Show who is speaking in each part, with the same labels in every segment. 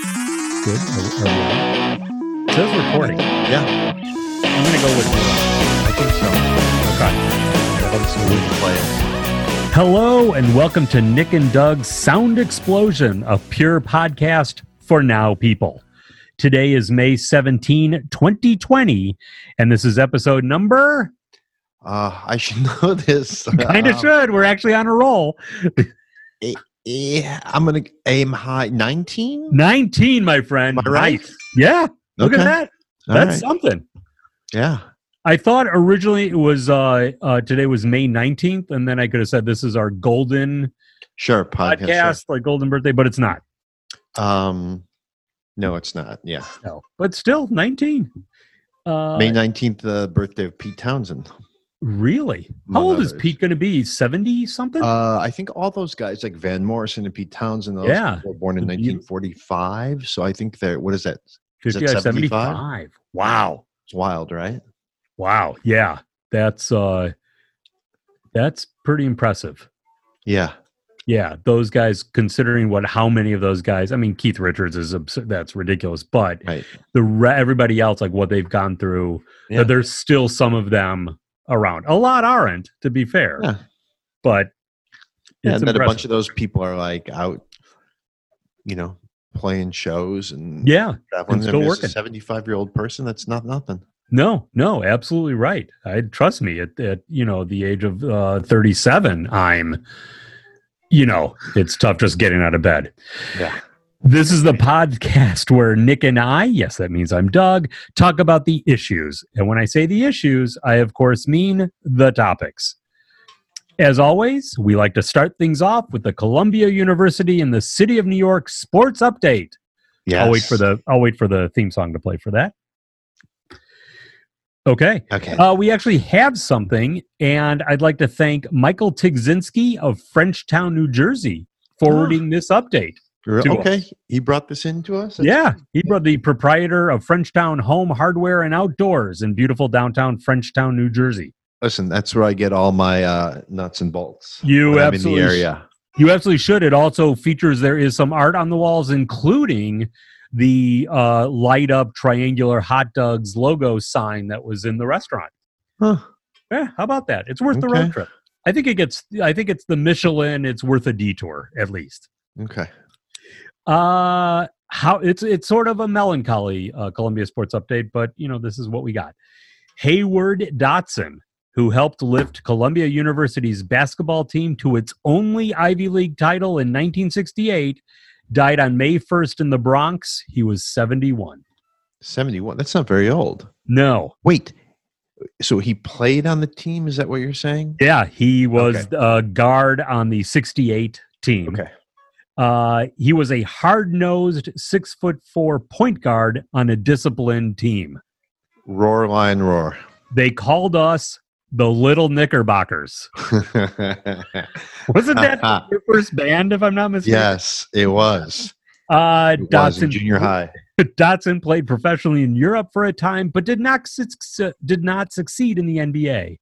Speaker 1: Good. Are, are we on?
Speaker 2: It says recording.
Speaker 3: Yeah,
Speaker 2: I'm going to go with you.
Speaker 3: I think so.
Speaker 2: Okay.
Speaker 3: I think so. We can play it.
Speaker 2: Hello, and welcome to Nick and Doug's Sound Explosion, a pure podcast for now people. Today is May 17, 2020, and this is episode number.
Speaker 3: Uh, I should know this.
Speaker 2: Kind of
Speaker 3: Um,
Speaker 2: should. We're actually on a roll.
Speaker 3: Yeah, I'm gonna aim high. Nineteen.
Speaker 2: 19, my friend.
Speaker 3: Am I right?
Speaker 2: Nice. Yeah. Look at that. That's something.
Speaker 3: Yeah.
Speaker 2: I thought originally it was uh, uh, today was May 19th, and then I could have said this is our golden
Speaker 3: Sure. Podcast.
Speaker 2: podcast, like golden birthday, but it's not.
Speaker 3: sure. Um, no, it's not. Yeah,
Speaker 2: No, but still 19. Uh,
Speaker 3: May nineteenth, the birthday of Pete Townsend.
Speaker 2: really? How
Speaker 3: among
Speaker 2: old is
Speaker 3: others.
Speaker 2: Pete going to be? 70 something?
Speaker 3: Uh, I think all those guys like Van Morrison and Pete Townsend. Those
Speaker 2: Yeah.
Speaker 3: people were born in
Speaker 2: The beaut-
Speaker 3: 1945. So I think they're what is that?
Speaker 2: 50,
Speaker 3: it
Speaker 2: uh,
Speaker 3: 75?
Speaker 2: 75. Wow.
Speaker 3: It's wild, right?
Speaker 2: Wow. Yeah. That's uh that's pretty impressive.
Speaker 3: Yeah.
Speaker 2: Yeah, those guys considering what how many of those guys, I mean Keith Richards is absurd, that's ridiculous, but
Speaker 3: Right.
Speaker 2: the re- everybody else like what they've gone through, that
Speaker 3: Yeah.
Speaker 2: there's still some of them around. A lot aren't to be fair.
Speaker 3: Yeah.
Speaker 2: But
Speaker 3: Yeah, and then a bunch
Speaker 2: impressive.
Speaker 3: of those people are like out, you know, playing shows and
Speaker 2: Yeah.
Speaker 3: traveling.
Speaker 2: and
Speaker 3: I
Speaker 2: still
Speaker 3: mean, it's
Speaker 2: working.
Speaker 3: A seventy-five-year-old person that's not nothing.
Speaker 2: No, no, absolutely right. I trust me at, at you know the age of uh, thirty seven. I'm, you know, it's tough just getting out of bed.
Speaker 3: Yeah.
Speaker 2: This is the podcast where Nick and I, yes, that means I'm Doug, talk about the issues. And when I say the issues, I of course mean the topics. As always, we like to start things off with the Columbia University and the City of New York sports update.
Speaker 3: Yeah.
Speaker 2: I'll wait for the I'll wait for the theme song to play for that. Okay.
Speaker 3: Okay.
Speaker 2: Uh, we actually have something, and I'd like to thank Michael Tigzinski of Frenchtown, New Jersey, forwarding this update.
Speaker 3: Re-
Speaker 2: to
Speaker 3: okay. He brought this in to us. That's-
Speaker 2: yeah, he brought the proprietor of Frenchtown Home Hardware and Outdoors in beautiful downtown Frenchtown, New Jersey.
Speaker 3: Listen, that's where I get all my uh, nuts and bolts.
Speaker 2: You
Speaker 3: when I'm in the
Speaker 2: absolutely,
Speaker 3: area.
Speaker 2: you absolutely should. It also features there is some art on the walls, including the uh, light up triangular hot dogs logo sign that was in the restaurant.
Speaker 3: Huh.
Speaker 2: Yeah, how about that? It's worth the road
Speaker 3: Okay.
Speaker 2: trip. I think it gets. I think it's the Michelin. It's worth a detour at least.
Speaker 3: Okay.
Speaker 2: Uh, how it's it's sort of a melancholy uh, Columbia sports update, but you know this is what we got. Hayward Dotson, who helped lift Columbia University's basketball team to its only Ivy League title in 1968, died on May 1st in the Bronx. He was 71.
Speaker 3: Seventy-one. That's not very old.
Speaker 2: No,
Speaker 3: Wait. So he played on the team. Is that what you're saying?
Speaker 2: yeah, he was
Speaker 3: Okay.
Speaker 2: uh, guard on the 68 team.
Speaker 3: Okay.
Speaker 2: Uh, he was a hard-nosed six foot four point guard on a disciplined team.
Speaker 3: Roar, lion, roar.
Speaker 2: They called us the Little Knickerbockers. Wasn't that your first band, if I'm not mistaken?
Speaker 3: yes, it was.
Speaker 2: Uh,
Speaker 3: It was in
Speaker 2: Dotson
Speaker 3: junior high.
Speaker 2: Dotson played professionally in Europe for a time, but did not suc- did not succeed in the NBA.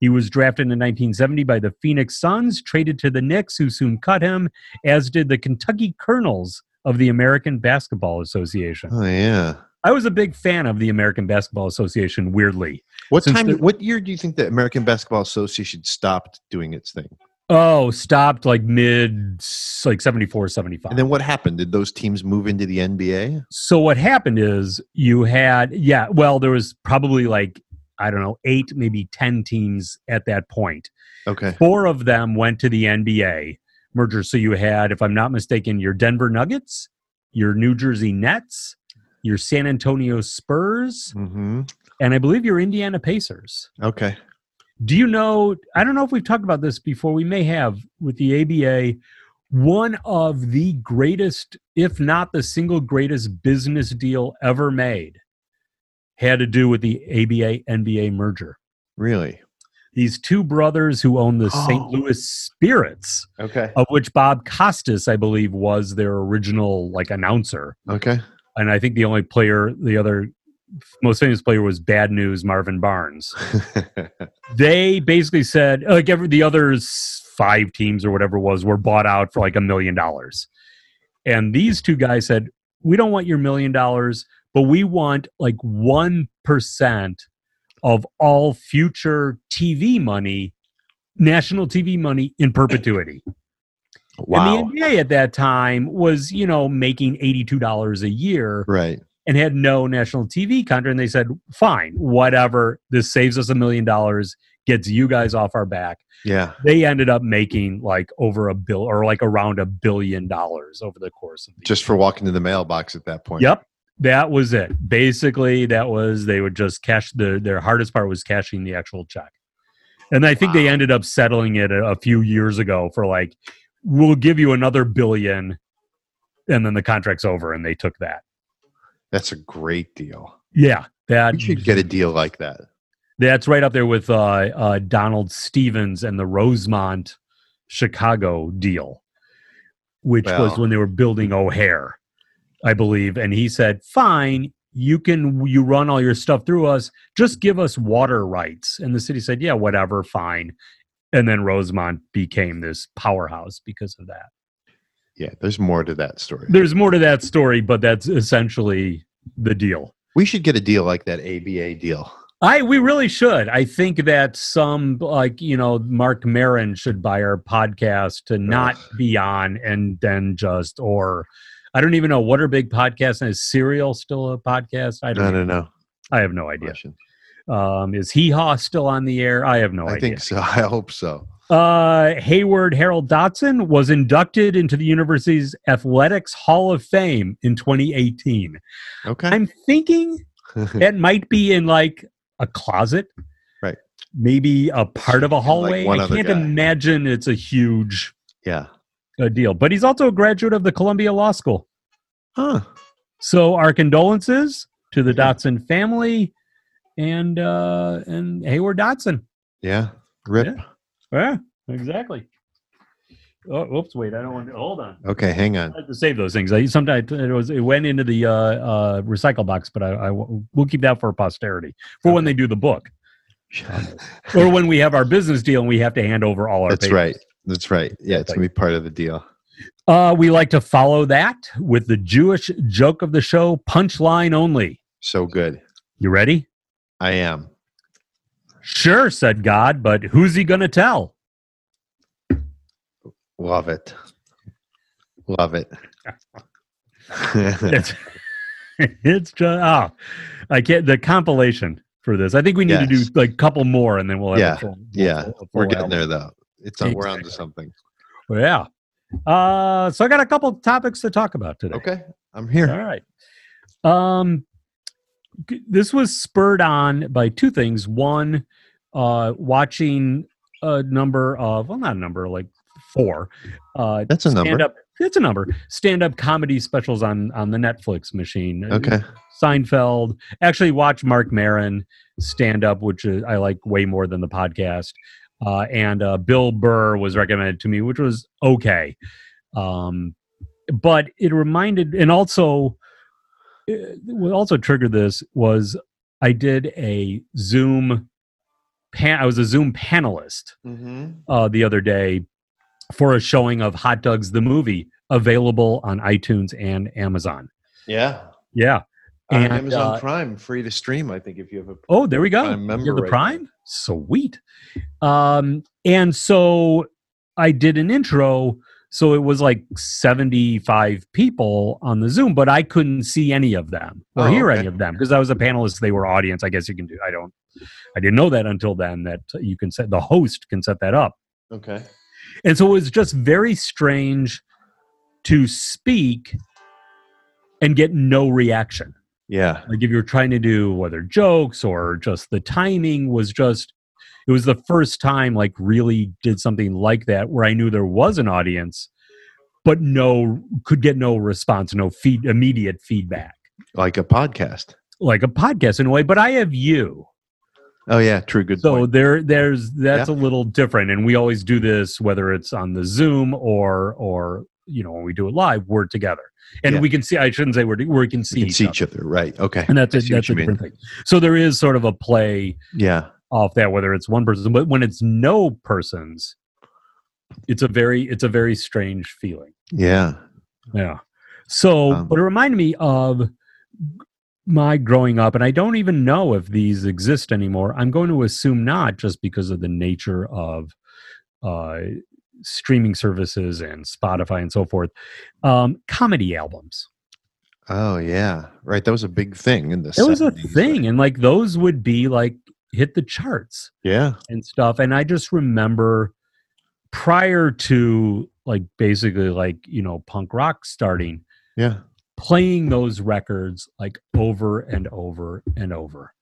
Speaker 2: He was drafted in 1970 by the Phoenix Suns, traded to the Knicks, who soon cut him, as did the Kentucky Colonels of the American Basketball Association.
Speaker 3: Oh yeah.
Speaker 2: I was a big fan of the American Basketball Association, weirdly.
Speaker 3: What
Speaker 2: Since
Speaker 3: time?
Speaker 2: the-
Speaker 3: what year do you think the American Basketball Association stopped doing its thing?
Speaker 2: Oh, stopped like mid, s- like 74, 75.
Speaker 3: And then what happened? Did those teams move into the NBA?
Speaker 2: so what happened is you had, yeah, well, there was probably like, I don't know, eight, maybe 10 teams at that point.
Speaker 3: Okay.
Speaker 2: Four of them went to the NBA merger. So you had, if I'm not mistaken, your Denver Nuggets, your New Jersey Nets, your San Antonio Spurs,
Speaker 3: Mm-hmm.
Speaker 2: and I believe your Indiana Pacers.
Speaker 3: Okay.
Speaker 2: Do you know? I don't know if we've talked about this before. We may have with the ABA. One of the greatest, if not the single greatest, business deal ever made had to do with the ABA NBA merger.
Speaker 3: Really?
Speaker 2: These two brothers who own the St.
Speaker 3: Oh.
Speaker 2: Louis Spirits,
Speaker 3: Okay.
Speaker 2: of which Bob Costas, I believe, was their original like announcer,
Speaker 3: Okay.
Speaker 2: and I think the only player, the other most famous player, was Bad News Marvin Barnes they basically said like every the other s- five teams or whatever it was were bought out for like a million dollars and these two guys said we don't want your million dollars, but we want like 1% of all future TV money, national TV money in perpetuity.
Speaker 3: Wow.
Speaker 2: And the NBA at that time was, you know, making $82 a year
Speaker 3: Right.
Speaker 2: and had no national TV contract. And they said, fine, whatever. This saves us a million dollars, gets you guys off our back.
Speaker 3: Yeah.
Speaker 2: They ended up making like over a bill or like around a billion dollars over the course of the
Speaker 3: Just for walking to the mailbox at that point.
Speaker 2: Yep. That was it. Basically, that was they would just cash the their hardest part was cashing the actual check. And I think they ended up settling it a, a few years ago for like we'll give you another billion and then the contract's over and they took that.
Speaker 3: That's a great deal.
Speaker 2: Yeah. That
Speaker 3: You should get a deal like that.
Speaker 2: that's right up there with uh, uh, Donald Stevens and the Rosemont Chicago deal, which was
Speaker 3: Well.
Speaker 2: when they were building O'Hare, I believe. And he said, "Fine, you can you run all your stuff through us. Just give us water rights." And the city said, "Yeah, whatever, fine." And then Rosemont became this powerhouse because of that.
Speaker 3: Yeah. There's more to that story.
Speaker 2: There's more to that story, but that's essentially the deal.
Speaker 3: we should get a deal like that ABA deal.
Speaker 2: I we really should. I think that some like you know Mark Marin should buy our podcast to not be on and then just or I don't even know what are big podcasts and is Serial still a podcast? I don't.
Speaker 3: No,
Speaker 2: even-
Speaker 3: no, no.
Speaker 2: I have no idea.
Speaker 3: Russian.
Speaker 2: Um, is Hee Haw still on the air? I have no
Speaker 3: I
Speaker 2: idea.
Speaker 3: think so. I hope so.
Speaker 2: Uh, Hayward Harold Dotson was inducted into the university's Athletics Hall of Fame in 2018.
Speaker 3: Okay.
Speaker 2: I'm thinking that might be in like a closet
Speaker 3: Right.
Speaker 2: maybe a part of a
Speaker 3: Like
Speaker 2: hallway
Speaker 3: one
Speaker 2: i
Speaker 3: other
Speaker 2: can't
Speaker 3: guy.
Speaker 2: imagine it's a huge
Speaker 3: yeah.
Speaker 2: uh, deal but he's also a graduate of the columbia law school
Speaker 3: Huh.
Speaker 2: so our condolences to the
Speaker 3: Yeah.
Speaker 2: dotson family and uh and hayward dotson
Speaker 3: Yeah. Rip.
Speaker 2: yeah exactly oh oops wait i don't want to hold on
Speaker 3: Okay. Hang on.
Speaker 2: I have to save those things. I sometimes it was it went into the uh, uh, recycle box, but I, I we'll keep that for posterity for when they do the book. or when we have our business deal and we have to hand over all our
Speaker 3: That's
Speaker 2: papers.
Speaker 3: right. That's right. Yeah. It's going to be part of the deal.
Speaker 2: Uh, we like to follow that with the Jewish joke of the show, punchline only.
Speaker 3: So good.
Speaker 2: You ready?
Speaker 3: I am.
Speaker 2: Sure, said God, but who's he going to tell?
Speaker 3: Love it. Love it.
Speaker 2: It's, it's just, oh, I can't, the compilation for this. I think we need to do
Speaker 3: Yes.
Speaker 2: like a couple more and then we'll have
Speaker 3: Yeah,
Speaker 2: a full,
Speaker 3: yeah.
Speaker 2: a full
Speaker 3: We're getting
Speaker 2: album.
Speaker 3: there though. It's on, we're on to something.
Speaker 2: Yeah. Uh, so I got a couple topics to talk about today.
Speaker 3: Okay. I'm here.
Speaker 2: All right. Um, g- this was spurred on by two things. One, uh, watching a number of well, not a number like four. Uh,
Speaker 3: That's a
Speaker 2: stand
Speaker 3: number.
Speaker 2: up. It's a number. Stand up comedy specials on on the Netflix machine.
Speaker 3: Okay.
Speaker 2: Seinfeld. Actually, watch Mark Maron stand up, which is, I like way more than the podcast. Uh, and uh, Bill Burr was recommended to me, which was okay. Um, but it reminded, and also, uh, what also triggered this was I did a Zoom. Pan- I was a Zoom panelist
Speaker 3: Mm-hmm.
Speaker 2: uh, the other day for a showing of Hot Dogs the movie, available on iTunes and Amazon.
Speaker 3: Yeah.
Speaker 2: Yeah,
Speaker 3: On
Speaker 2: And,
Speaker 3: Amazon
Speaker 2: uh,
Speaker 3: Prime, free to stream. I think if you have a
Speaker 2: Oh, there we go.
Speaker 3: Prime member
Speaker 2: You're the
Speaker 3: right
Speaker 2: Prime? Sweet. Um, and so I did an intro. So it was like 75 people on the Zoom, but I couldn't see any of them or
Speaker 3: Oh,
Speaker 2: hear
Speaker 3: okay.
Speaker 2: any of them because I was a panelist. They were audience. I guess you can do, I don't, I didn't know that until then that you can set, the host can set that up.
Speaker 3: okay.
Speaker 2: And so it was just very strange to speak and get no reaction
Speaker 3: Yeah.
Speaker 2: like if you were trying to do whether jokes or just the timing was just it was the first time like really did something like that where i knew there was an audience but no could get no response no feed immediate feedback
Speaker 3: Like a podcast.
Speaker 2: like a podcast in a way but i have you
Speaker 3: Oh yeah. True. Good.
Speaker 2: so
Speaker 3: point.
Speaker 2: there there's that's a little different and we always do this whether it's on the zoom or or you know when we do it live we're together and
Speaker 3: Yeah.
Speaker 2: we can see i shouldn't say we're to- we can see,
Speaker 3: you can
Speaker 2: each,
Speaker 3: see
Speaker 2: other.
Speaker 3: each other. Right. Okay.
Speaker 2: and that's
Speaker 3: I
Speaker 2: a,
Speaker 3: see what
Speaker 2: that's a
Speaker 3: you mean.
Speaker 2: different thing so there is sort of a play
Speaker 3: Yeah.
Speaker 2: off that whether it's one person but when it's no person's it's a very it's a very strange feeling
Speaker 3: Yeah.
Speaker 2: yeah So,
Speaker 3: Um,
Speaker 2: but it reminded me of my growing up, and I don't even know if these exist anymore. I'm going to assume not, just because of the nature of uh, streaming services and Spotify and so forth. Um, comedy albums.
Speaker 3: Oh yeah, right. That was a big thing in the.
Speaker 2: It was a
Speaker 3: 70s, right?
Speaker 2: thing, and like those would be like hit the charts.
Speaker 3: Yeah.
Speaker 2: and stuff. And I just remember prior to like basically like, you know, punk rock starting,
Speaker 3: Yeah.
Speaker 2: playing those records like over and over and over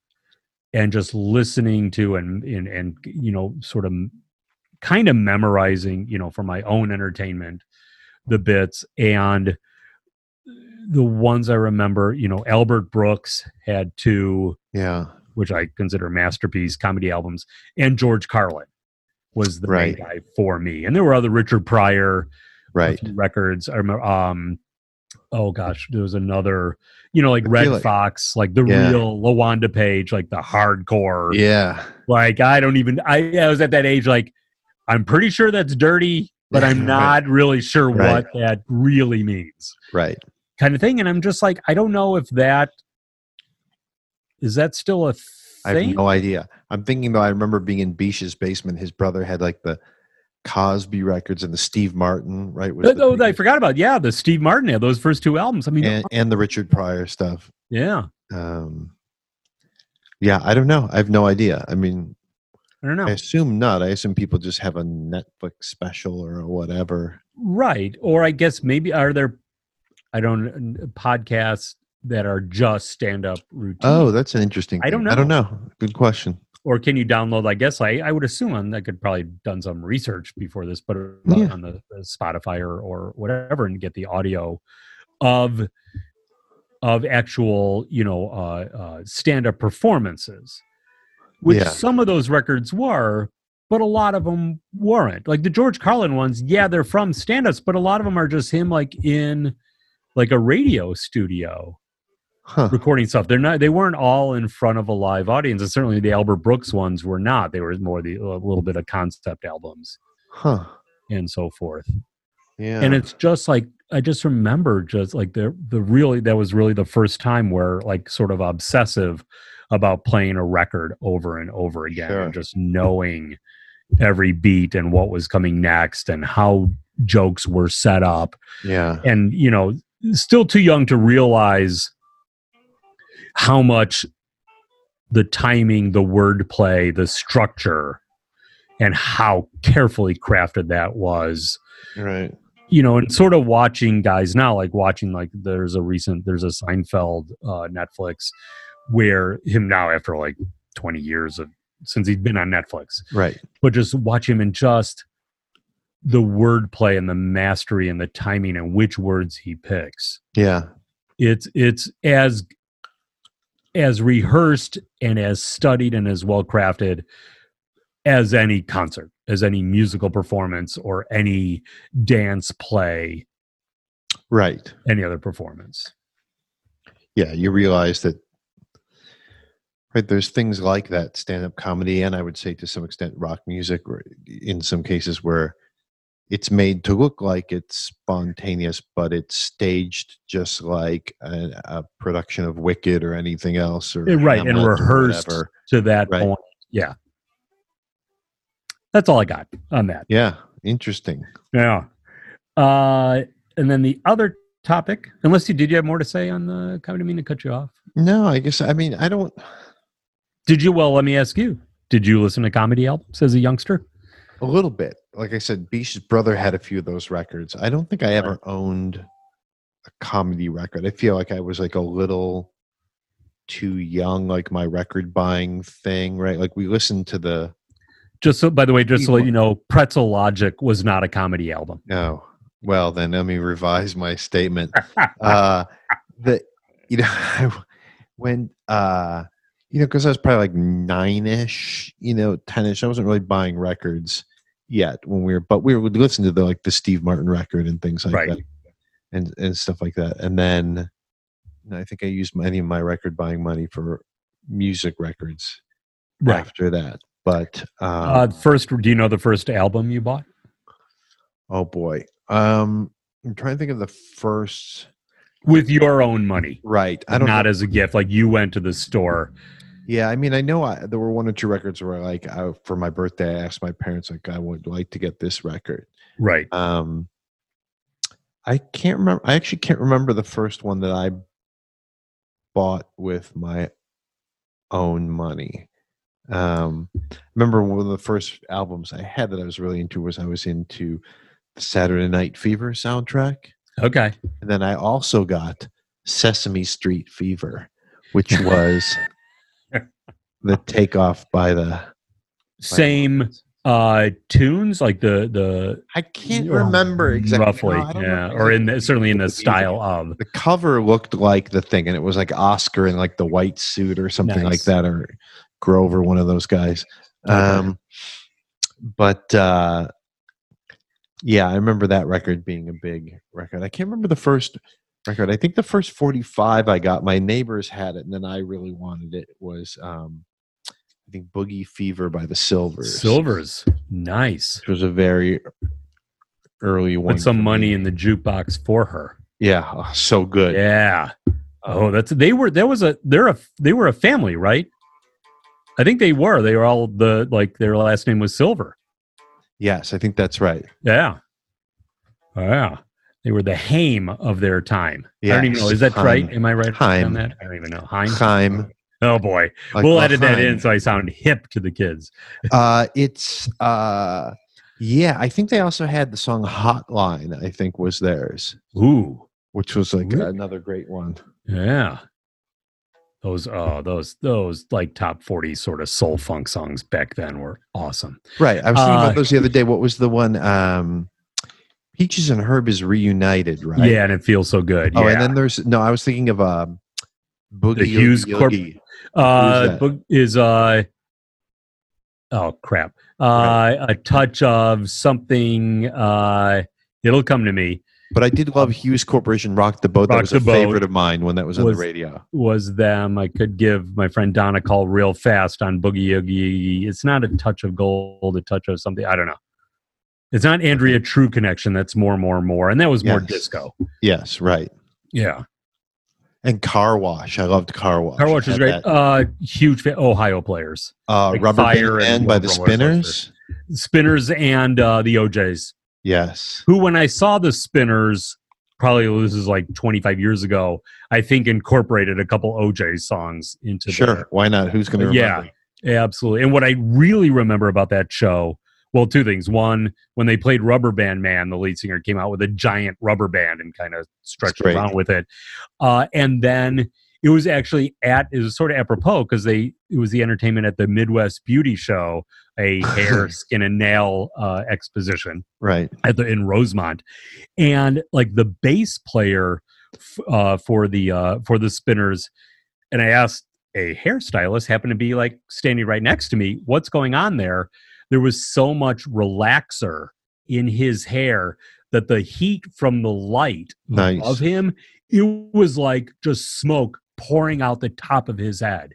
Speaker 2: and just listening to and and, and you know, sort of kind of memorizing, you know, for my own entertainment the bits and the ones I remember, you know, Albert Brooks had two
Speaker 3: Yeah.
Speaker 2: which I consider masterpiece comedy albums, and George Carlin was the
Speaker 3: Right.
Speaker 2: main guy for me. And there were other Richard Pryor
Speaker 3: Right.
Speaker 2: records. I remember, um, oh gosh, there was another, you know, like
Speaker 3: I feel
Speaker 2: Red
Speaker 3: like-
Speaker 2: Fox, like the
Speaker 3: Yeah.
Speaker 2: real LaWanda Page, like the hardcore.
Speaker 3: Yeah.
Speaker 2: Like I don't even. I, I was at that age. Like I'm pretty sure that's dirty, but I'm
Speaker 3: Right.
Speaker 2: not really sure
Speaker 3: Right.
Speaker 2: what that really means
Speaker 3: Right.
Speaker 2: kind of thing. And I'm just like, I don't know if that is that still a thing.
Speaker 3: I have no idea. I'm thinking though. I remember being in Beesh's basement. His brother had like the Cosby records and the Steve Martin. Right. Was
Speaker 2: Oh,
Speaker 3: the
Speaker 2: oh, I
Speaker 3: big-
Speaker 2: forgot about yeah, the Steve Martin had those first two albums. I mean,
Speaker 3: and, and the Richard Pryor stuff.
Speaker 2: yeah,
Speaker 3: Um, yeah, I don't know. I have no idea. I mean,
Speaker 2: I don't know,
Speaker 3: I assume not. I assume people just have a Netflix special or whatever.
Speaker 2: right? Or I guess maybe are there, I don't podcasts that are just stand up routine,
Speaker 3: Oh, that's an interesting.
Speaker 2: Hmm. I don't
Speaker 3: thing. I don't know. Good question.
Speaker 2: or can you download? I guess I I would assume on I could probably done some research before this, but uh,
Speaker 3: Yeah.
Speaker 2: on the, the Spotify or or whatever and get the audio of of actual you know uh, uh, stand up performances, which
Speaker 3: Yeah.
Speaker 2: some of those records were, but a lot of them weren't. Like the George Carlin ones, yeah, they're from stand ups, but a lot of them are just him like in like a radio studio
Speaker 3: Huh.
Speaker 2: recording stuff. They're not. They weren't all in front of a live audience, and certainly the Albert Brooks ones were not. They were more the a little bit of concept albums
Speaker 3: Huh.
Speaker 2: and so forth.
Speaker 3: Yeah.
Speaker 2: And it's just like I just remember, just like the the really that was really the first time where like sort of obsessive about playing a record over and over again,
Speaker 3: Sure.
Speaker 2: and just knowing every beat and what was coming next and how jokes were set up
Speaker 3: yeah.
Speaker 2: and you know still too young to realize how much the timing the wordplay the structure and how carefully crafted that was
Speaker 3: Right.
Speaker 2: you know and sort of watching guys now like watching like there's a recent there's a seinfeld uh, netflix where him now after like 20 years of since he's been on netflix
Speaker 3: Right.
Speaker 2: but just watch him and just the wordplay and the mastery and the timing and which words he picks.
Speaker 3: Yeah.
Speaker 2: It's it's as as rehearsed and as studied and as well crafted as any concert, as any musical performance or any dance play,
Speaker 3: Right.
Speaker 2: any other performance.
Speaker 3: Yeah. You realize that. Right. There's things like that stand-up comedy, and I would say to some extent rock music, or in some cases where it's made to look like it's spontaneous, but it's staged just like a, a production of Wicked or anything else, or
Speaker 2: Eh, right, and
Speaker 3: Hamlet or
Speaker 2: rehearsed.
Speaker 3: whatever.
Speaker 2: To that
Speaker 3: Right.
Speaker 2: point, yeah. That's all I got on that.
Speaker 3: Yeah. Interesting.
Speaker 2: Yeah. Uh, and then the other topic, unless you did you have more to say on the comedy? I mean to cut you off.
Speaker 3: No, I guess I mean I don't.
Speaker 2: Did you? Well, let me ask you. Did you listen to comedy albums as a youngster?
Speaker 3: A little bit. Like I said, Beach's brother had a few of those records. I don't think I ever owned a comedy record. I feel like I was like a little too young, like my record buying thing, right? Like we listened to the
Speaker 2: Just so, by the way, just to let you know, Pretzel Logic was not a comedy album.
Speaker 3: no. Well, then let me revise my statement. Uh the you know when uh you know because I was probably like nine ish, you know, ten ish. I wasn't really buying records yet when we were, but we would listen to the like the Steve Martin record and things like
Speaker 2: Right.
Speaker 3: that, and and stuff like that. And then and I think I used my- any of my record buying money for music records after that. But um,
Speaker 2: Uh, first, do you know the first album you bought?
Speaker 3: Oh boy. Um I'm trying to think of the first
Speaker 2: with your own money,
Speaker 3: Right. I don't
Speaker 2: not
Speaker 3: know.
Speaker 2: as a gift. Like you went to the store.
Speaker 3: Yeah, I mean, I know I, there were one or two records where, like, I, for my birthday, I asked my parents, like, I would like to get this record.
Speaker 2: Right.
Speaker 3: Um, I can't remember. I actually can't remember the first one that I bought with my own money. Um, I remember one of the first albums I had that I was really into was I was into the Saturday Night Fever soundtrack,
Speaker 2: Okay.
Speaker 3: and then I also got Sesame Street Fever, which was the takeoff by the
Speaker 2: Same uh tunes, like the the
Speaker 3: I can't
Speaker 2: Or
Speaker 3: remember exactly.
Speaker 2: Oh, roughly,
Speaker 3: No, I don't
Speaker 2: yeah,
Speaker 3: remember
Speaker 2: or in the,
Speaker 3: exactly
Speaker 2: certainly in
Speaker 3: what
Speaker 2: the
Speaker 3: it is.
Speaker 2: style of.
Speaker 3: The cover looked like the thing, and it was like Oscar in like the white suit or something
Speaker 2: Nice.
Speaker 3: like that, or Grover, one of those guys. Um, but uh, yeah, I remember that record being a big record. I can't remember the first record. I think the first forty-five I got, my neighbors had it, and then I really wanted it. Was um, I think Boogie Fever by the Silvers.
Speaker 2: Silvers, nice.
Speaker 3: which was a very early one.
Speaker 2: Put some
Speaker 3: for
Speaker 2: money
Speaker 3: me.
Speaker 2: in the jukebox for her.
Speaker 3: Yeah, oh, so good.
Speaker 2: Yeah. Oh, that's they were. There was a. They're a. They were a family, right? I think they were. They were all the like their last name was Silver.
Speaker 3: Yes, I think that's right.
Speaker 2: Yeah. Yeah. They were the Haim of their time. I don't even
Speaker 3: Yes,
Speaker 2: know. Is that
Speaker 3: Haim.
Speaker 2: right? Am I right on
Speaker 3: Haim.
Speaker 2: that? I don't even know. Haim.
Speaker 3: Chaim.
Speaker 2: Oh boy.
Speaker 3: like
Speaker 2: we'll edit that
Speaker 3: Lahaim.
Speaker 2: in so I sound hip to the kids.
Speaker 3: Uh, it's uh, yeah. I think they also had the song "Hotline." I think was theirs,
Speaker 2: Ooh.
Speaker 3: which was like
Speaker 2: Really?
Speaker 3: another great one.
Speaker 2: Yeah. Those oh those those like top 40 sort of soul funk songs back then were awesome.
Speaker 3: Right. I was thinking
Speaker 2: Uh,
Speaker 3: about those the other day. What was the one? Um, Peaches and Herb is reunited, right?
Speaker 2: Yeah, and it feels so good.
Speaker 3: Oh,
Speaker 2: yeah.
Speaker 3: and then there's no. I was thinking of um, Boogie Oogie
Speaker 2: Hughes Corp-
Speaker 3: Oogie.
Speaker 2: uh
Speaker 3: that?
Speaker 2: book is uh oh crap. Uh a touch of something uh it'll come to me.
Speaker 3: But I did love Hughes Corporation Rock the Boat.
Speaker 2: Rock
Speaker 3: that was
Speaker 2: the
Speaker 3: a
Speaker 2: Boat
Speaker 3: favorite of mine when that was on
Speaker 2: was-
Speaker 3: the radio.
Speaker 2: was them. I could give my friend Don a call real fast on Boogie Oogie. It's not a touch of gold, a touch of something. I don't know. It's not Andrea True Connection. That's more, more, more. And that was more
Speaker 3: Yes.
Speaker 2: disco.
Speaker 3: Yes, right.
Speaker 2: Yeah.
Speaker 3: And Car Wash. I loved Car Wash.
Speaker 2: Car
Speaker 3: I
Speaker 2: Wash is
Speaker 3: had
Speaker 2: great.
Speaker 3: that.
Speaker 2: Uh, huge fa- Ohio players.
Speaker 3: Uh,
Speaker 2: like
Speaker 3: Rubber
Speaker 2: Fire
Speaker 3: Band
Speaker 2: and
Speaker 3: Man by
Speaker 2: Roller
Speaker 3: the
Speaker 2: Coaster.
Speaker 3: Spinners.
Speaker 2: Spinners and uh, the OJs,
Speaker 3: Yes.
Speaker 2: who, when I saw the Spinners, probably this is like 25 years ago, I think incorporated a couple OJ songs into
Speaker 3: Sure.
Speaker 2: their-
Speaker 3: Why not? Who's going to
Speaker 2: Yeah.
Speaker 3: remember?
Speaker 2: Absolutely. And what I really remember about that show, well, two things. One, when they played Rubber Band Man, the lead singer came out with a giant rubber band and kind of stretched
Speaker 3: great.
Speaker 2: around with it. Uh, and then it was actually at it was sort of apropos because they it was the entertainment at the Midwest Beauty Show, a hair, skin, and nail uh, exposition
Speaker 3: Right.
Speaker 2: at the in Rosemont, and like the bass player f- uh, for the uh, for the Spinners, and I asked a hairstylist happened to be like standing right next to me, what's going on there? There was so much relaxer in his hair that the heat from the light
Speaker 3: Nice.
Speaker 2: of him, it was like just smoke pouring out the top of his head,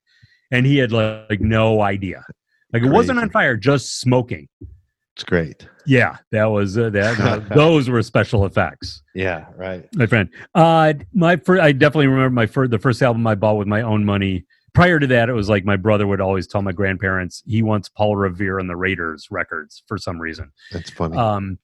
Speaker 2: and he had like, like, no idea. Like it wasn't
Speaker 3: Crazy.
Speaker 2: on fire, just smoking.
Speaker 3: It's great.
Speaker 2: Yeah, that was uh, that. that- those were special effects,
Speaker 3: Yeah. Right.
Speaker 2: my friend. Uh, my fir- I definitely remember my first the first album I bought with my own money. Prior to that, it was like my brother would always tell my grandparents he wants Paul Revere and the Raiders records for some reason,
Speaker 3: That's funny.
Speaker 2: um,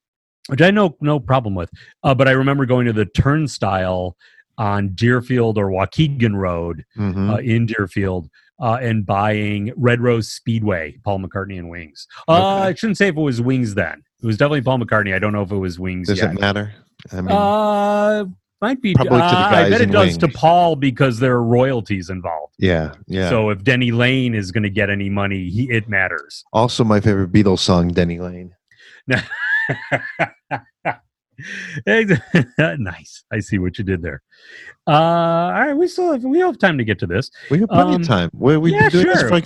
Speaker 2: which I know no problem with. Uh, but I remember going to the Turnstile on Deerfield or Waukegan Road
Speaker 3: Mhm.
Speaker 2: uh, in Deerfield uh, and buying Red Rose Speedway, Paul McCartney and Wings. Uh,
Speaker 3: Okay.
Speaker 2: I shouldn't say if it was Wings then. It was definitely Paul McCartney. I don't know if it was Wings
Speaker 3: Does
Speaker 2: yet.
Speaker 3: it matter? I mean,
Speaker 2: uh, might be.
Speaker 3: Probably to the
Speaker 2: uh, I
Speaker 3: guys
Speaker 2: bet it
Speaker 3: in
Speaker 2: does to
Speaker 3: Wings.
Speaker 2: Paul because there are royalties involved.
Speaker 3: yeah. Yeah.
Speaker 2: So if Denny Lane is going to get any money, he, it matters.
Speaker 3: also, my favorite Beatles song, Denny Lane.
Speaker 2: nice. I see what you did there. Uh, all right, we still have, we have time to get to this.
Speaker 3: We have plenty
Speaker 2: Um,
Speaker 3: of time. We, we've
Speaker 2: yeah,
Speaker 3: been doing this
Speaker 2: sure.
Speaker 3: for like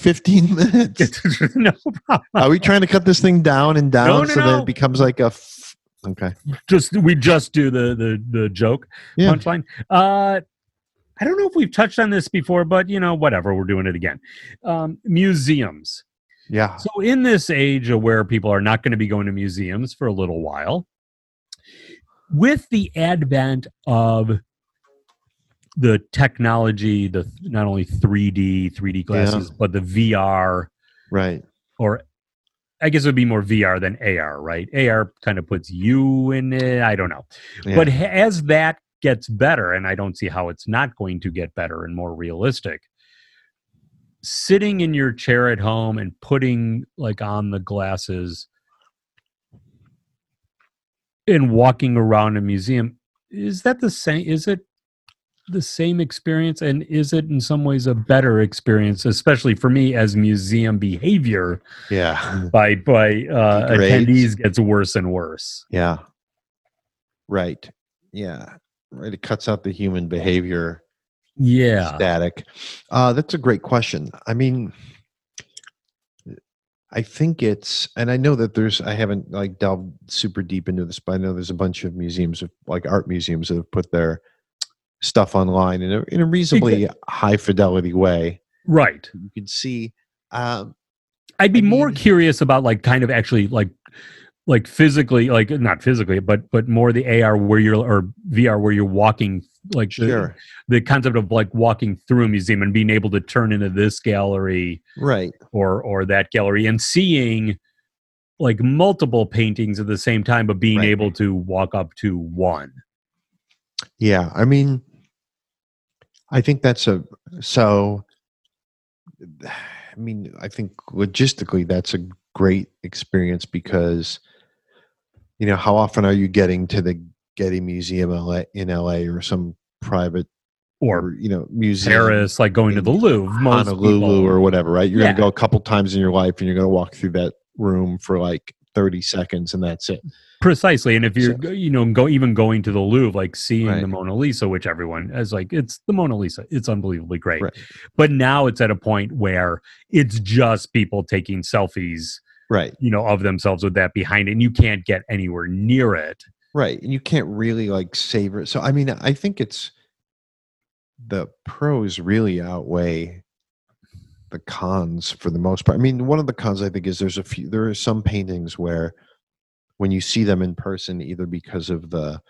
Speaker 3: 15 minutes.
Speaker 2: no problem.
Speaker 3: Are we trying to cut this thing down and down
Speaker 2: No, no,
Speaker 3: so that
Speaker 2: no.
Speaker 3: it becomes like a. F- okay.
Speaker 2: Just we just do the the the joke.
Speaker 3: Yeah.
Speaker 2: punchline. Uh, I don't know if we've touched on this before, but you know, whatever, we're doing it again. Um, museums.
Speaker 3: Yeah.
Speaker 2: So, in this age of where people are not going to be going to museums for a little while, with the advent of the technology, the not only 3D, 3D glasses, but the VR,
Speaker 3: Right.
Speaker 2: or I guess it would be more VR than AR, right? AR kind of puts you in it. I don't know.
Speaker 3: Yeah.
Speaker 2: But h- as that gets better, and I don't see how it's not going to get better and more realistic, sitting in your chair at home and putting like on the glasses and walking around a museum, is that the same? Is it the same experience? And is it in some ways a better experience, especially for me as museum behavior?
Speaker 3: Yeah.
Speaker 2: by by uh,
Speaker 3: Degrades.
Speaker 2: attendees gets worse and worse.
Speaker 3: Yeah. Right. Yeah. Right. It cuts out the human behavior
Speaker 2: Yeah,
Speaker 3: static. Uh, that's a great question. I mean, I think it's, and I know that there's, I haven't like delved super deep into this, but I know there's a bunch of museums, of, like art museums, that have put their stuff online in a, in a reasonably high fidelity way.
Speaker 2: right.
Speaker 3: You can see, um,
Speaker 2: I'd be
Speaker 3: I
Speaker 2: more
Speaker 3: mean-
Speaker 2: curious about like kind of actually like like physically like not physically but but more the AR where you're or VR where you're walking like the,
Speaker 3: sure,
Speaker 2: the concept of like walking through a museum and being able to turn into this gallery
Speaker 3: right,
Speaker 2: or or that gallery and seeing like multiple paintings at the same time but being
Speaker 3: Right.
Speaker 2: able to walk up to one.
Speaker 3: yeah. I mean, I think that's a so. I mean, I think logistically that's a great experience because, you know, how often are you getting to the Getty Museum LA, in LA or some private
Speaker 2: Or
Speaker 3: you know museum,
Speaker 2: Paris, like going to the Louvre, most
Speaker 3: Honolulu,
Speaker 2: people-
Speaker 3: or whatever, right? You're
Speaker 2: Yeah.
Speaker 3: gonna go a couple times in your life, and you're gonna walk through that room for like thirty seconds, and that's it.
Speaker 2: precisely and if you're go- you know go even going to the louvre like seeing the
Speaker 3: Right.
Speaker 2: mona lisa which everyone is like it's the mona lisa it's unbelievably great
Speaker 3: Right.
Speaker 2: but now it's at a point where it's just people taking selfies
Speaker 3: Right.
Speaker 2: you know of themselves with that behind it and you can't get anywhere near it
Speaker 3: Right. And you can't really like savor it. So I mean, I think it's the pros really outweigh the cons for the most part. I mean, one of the cons I think is there's a few there are some paintings where when you see them in person, either because of the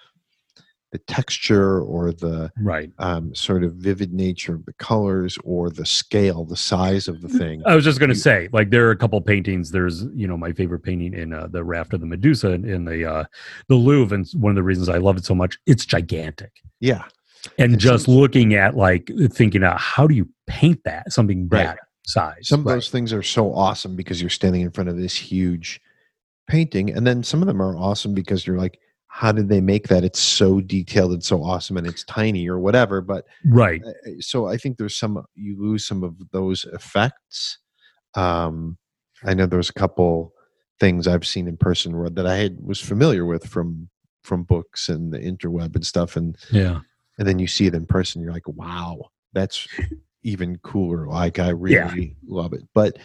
Speaker 3: the texture or the
Speaker 2: right
Speaker 3: um, sort of vivid nature of the colors or the scale, the size of the thing.
Speaker 2: i was just going to
Speaker 3: You-
Speaker 2: say like there are a couple paintings there's you know my favorite painting in uh, the raft of the medusa in, in the uh the louvre and one of the reasons i love it so much it's gigantic
Speaker 3: Yeah.
Speaker 2: and
Speaker 3: And
Speaker 2: just
Speaker 3: some-
Speaker 2: looking at like thinking out how do you paint that something
Speaker 3: Right.
Speaker 2: that size
Speaker 3: some of
Speaker 2: Right.
Speaker 3: those things are so awesome because you're standing in front of this huge painting and then some of them are awesome because you're like how did they make that it's so detailed and so awesome and it's tiny or whatever but
Speaker 2: right
Speaker 3: uh, so i think there's some you lose some of those effects um i know there's a couple things i've seen in person where, that i had was familiar with from from books and the interweb and stuff and
Speaker 2: yeah
Speaker 3: and then you see it in person you're like wow that's even cooler like i really
Speaker 2: Yeah.
Speaker 3: love it but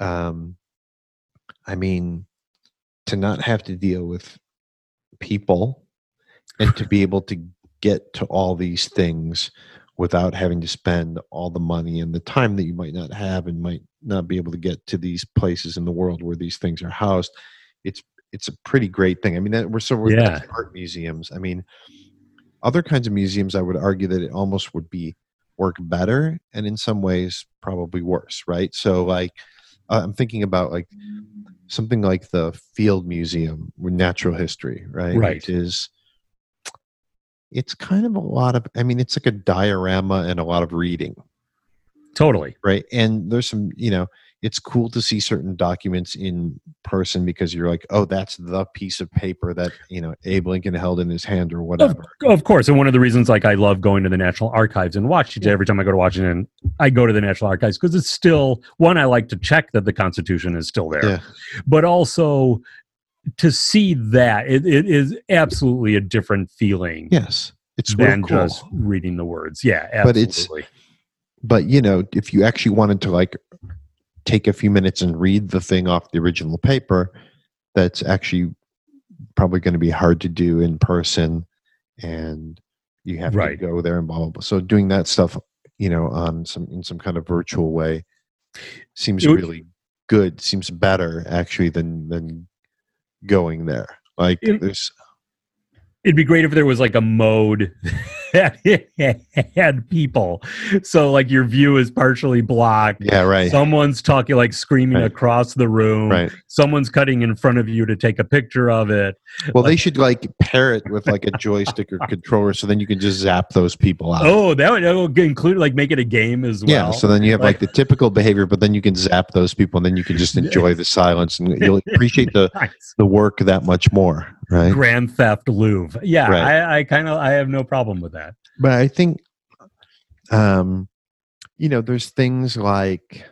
Speaker 3: um i mean to not have to deal with people and to be able to get to all these things without having to spend all the money and the time that you might not have and might not be able to get to these places in the world where these things are housed it's it's a pretty great thing i mean that we're so we're
Speaker 2: Yeah.
Speaker 3: art museums i mean other kinds of museums i would argue that it almost would be work better and in some ways probably worse right so like uh, i'm thinking about like something like the field museum with natural history right
Speaker 2: Right.
Speaker 3: Which is it's kind of a lot of i mean it's like a diorama and a lot of reading
Speaker 2: totally
Speaker 3: right and there's some you know it's cool to see certain documents in person because you're like oh that's the piece of paper that you know abe lincoln held in his hand or whatever
Speaker 2: of course and one of the reasons like i love going to the national archives in washington every time i go to washington i go to the national archives because it's still one i like to check that the constitution is still there
Speaker 3: yeah
Speaker 2: but also to see that it, it is absolutely a different feeling
Speaker 3: yes it's
Speaker 2: than
Speaker 3: real cool.
Speaker 2: just reading the words yeah
Speaker 3: But it's-
Speaker 2: absolutely
Speaker 3: but you know if you actually wanted to like take a few minutes and read the thing off the original paper that's actually probably going to be hard to do in person and you have
Speaker 2: Right.
Speaker 3: to go there and blah blah blah so doing that stuff you know on some in some kind of virtual way seems
Speaker 2: It would-
Speaker 3: really good seems better actually than than going there like
Speaker 2: It-
Speaker 3: there's
Speaker 2: It'd be great if there was like a mode that it had people. So like your view is partially blocked.
Speaker 3: Yeah, right.
Speaker 2: Someone's talking like screaming
Speaker 3: Right.
Speaker 2: across the room.
Speaker 3: right.
Speaker 2: Someone's cutting in front of you to take a picture of it.
Speaker 3: Well, they should like pair it with like a joystick or controller, so then you can just zap those people out.
Speaker 2: Oh, that would, that would include like make it a game as well.
Speaker 3: Uh. yeah. So then you have like, the typical behavior, but then you can zap those people, and then you can just enjoy the silence, and you'll appreciate the
Speaker 2: Nice.
Speaker 3: the work that much more, right?
Speaker 2: Grand Theft Louvre. Yeah,
Speaker 3: Right.
Speaker 2: I, I kind of I have no problem with that.
Speaker 3: But I think, um, you know, there's things like.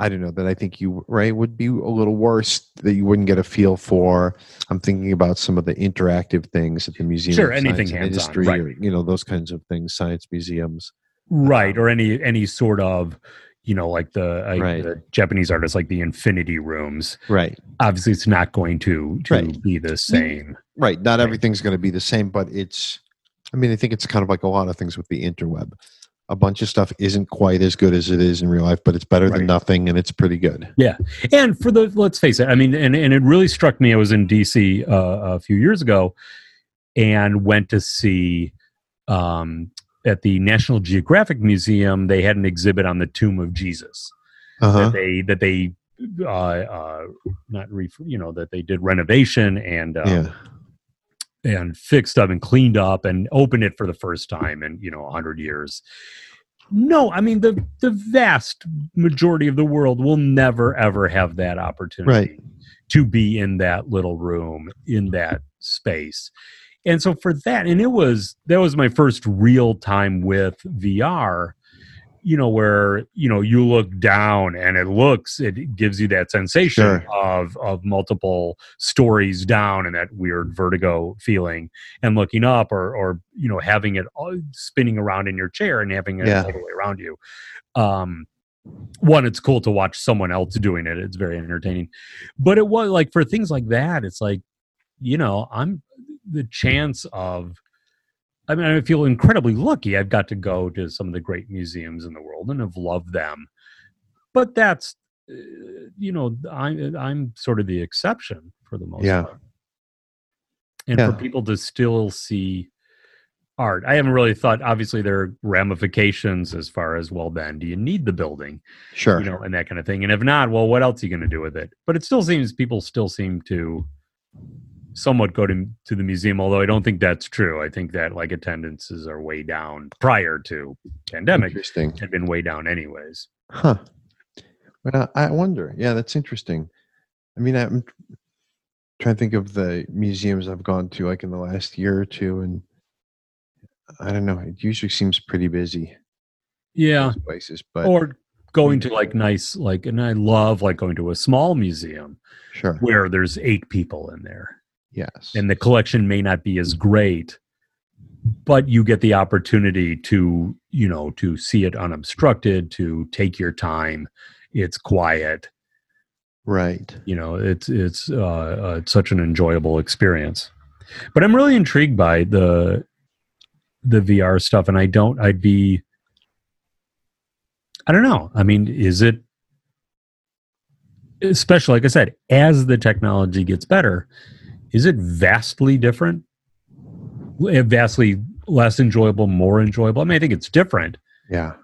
Speaker 3: I don't know that I think you Ray would be a little worse that you wouldn't get a feel for. I'm thinking about some of the interactive things at the museum.
Speaker 2: Sure,
Speaker 3: of Science
Speaker 2: anything
Speaker 3: and
Speaker 2: hands-on,
Speaker 3: industry,
Speaker 2: right.
Speaker 3: or, you know, those kinds of things, science museums.
Speaker 2: right or any any sort of you know like the, like
Speaker 3: Right.
Speaker 2: the japanese artists like the infinity rooms
Speaker 3: Right.
Speaker 2: obviously it's not going to to
Speaker 3: Right.
Speaker 2: be the same
Speaker 3: Right. Not
Speaker 2: Right.
Speaker 3: everything's going to be the same, but it's, I mean, I think it's kind of like a lot of things with the interweb. A bunch of stuff isn't quite as good as it is in real life, but it's better
Speaker 2: Right.
Speaker 3: than nothing and it's pretty good.
Speaker 2: and for the let's face it i mean and, and it really struck me i was in dc uh, a few years ago and went to see um at the national geographic museum they had an exhibit on the tomb of jesus
Speaker 3: Uh-huh.
Speaker 2: that they that they uh, uh not re- you know that they did renovation and um,
Speaker 3: yeah.
Speaker 2: and fixed up and cleaned up and opened it for the first time in you know 100 years no i mean the the vast majority of the world will never ever have that opportunity
Speaker 3: Right.
Speaker 2: to be in that little room in that space and so for that and it was that was my first real time with vr you know where you know you look down and it looks it gives you that sensation
Speaker 3: Sure.
Speaker 2: of of multiple stories down and that weird vertigo feeling and looking up or or you know having it all spinning around in your chair and having it
Speaker 3: Yeah.
Speaker 2: all the way around you um one it's cool to watch someone else doing it it's very entertaining but it was like for things like that it's like you know i'm the chance of i mean i feel incredibly lucky i've got to go to some of the great museums in the world and have loved them but that's uh, you know i'm i'm sort of the exception for the most
Speaker 3: Yeah.
Speaker 2: part and
Speaker 3: Yeah.
Speaker 2: for people to still see art i haven't really thought obviously there are ramifications as far as well then do you need the building
Speaker 3: Sure.
Speaker 2: you know, and that kind of thing. And if not, well, what else are you going to do with it? But it still seems people still seem to somewhat go to to the museum. Although I don't think that's true. I think that like attendances are way down prior to pandemic
Speaker 3: Interesting.
Speaker 2: had been way down anyways.
Speaker 3: Huh. Well, I wonder. Yeah, that's interesting. I mean, I'm trying to think of the museums I've gone to like in the last year or two, and I don't know. It usually seems pretty busy
Speaker 2: Yeah,
Speaker 3: those places, but
Speaker 2: or going to like nice like, and I love like going to a small museum
Speaker 3: sure.
Speaker 2: where there's eight people in there.
Speaker 3: Yes.
Speaker 2: and the collection may not be as great but you get the opportunity to you know to see it unobstructed to take your time it's quiet
Speaker 3: right.
Speaker 2: you know it's it's uh, uh it's such an enjoyable experience but i'm really intrigued by the the vr stuff and i don't i'd be i don't know i mean is it especially like i said as the technology gets better is it vastly different eh, vastly less enjoyable more enjoyable i mean i think it's different
Speaker 3: Yeah.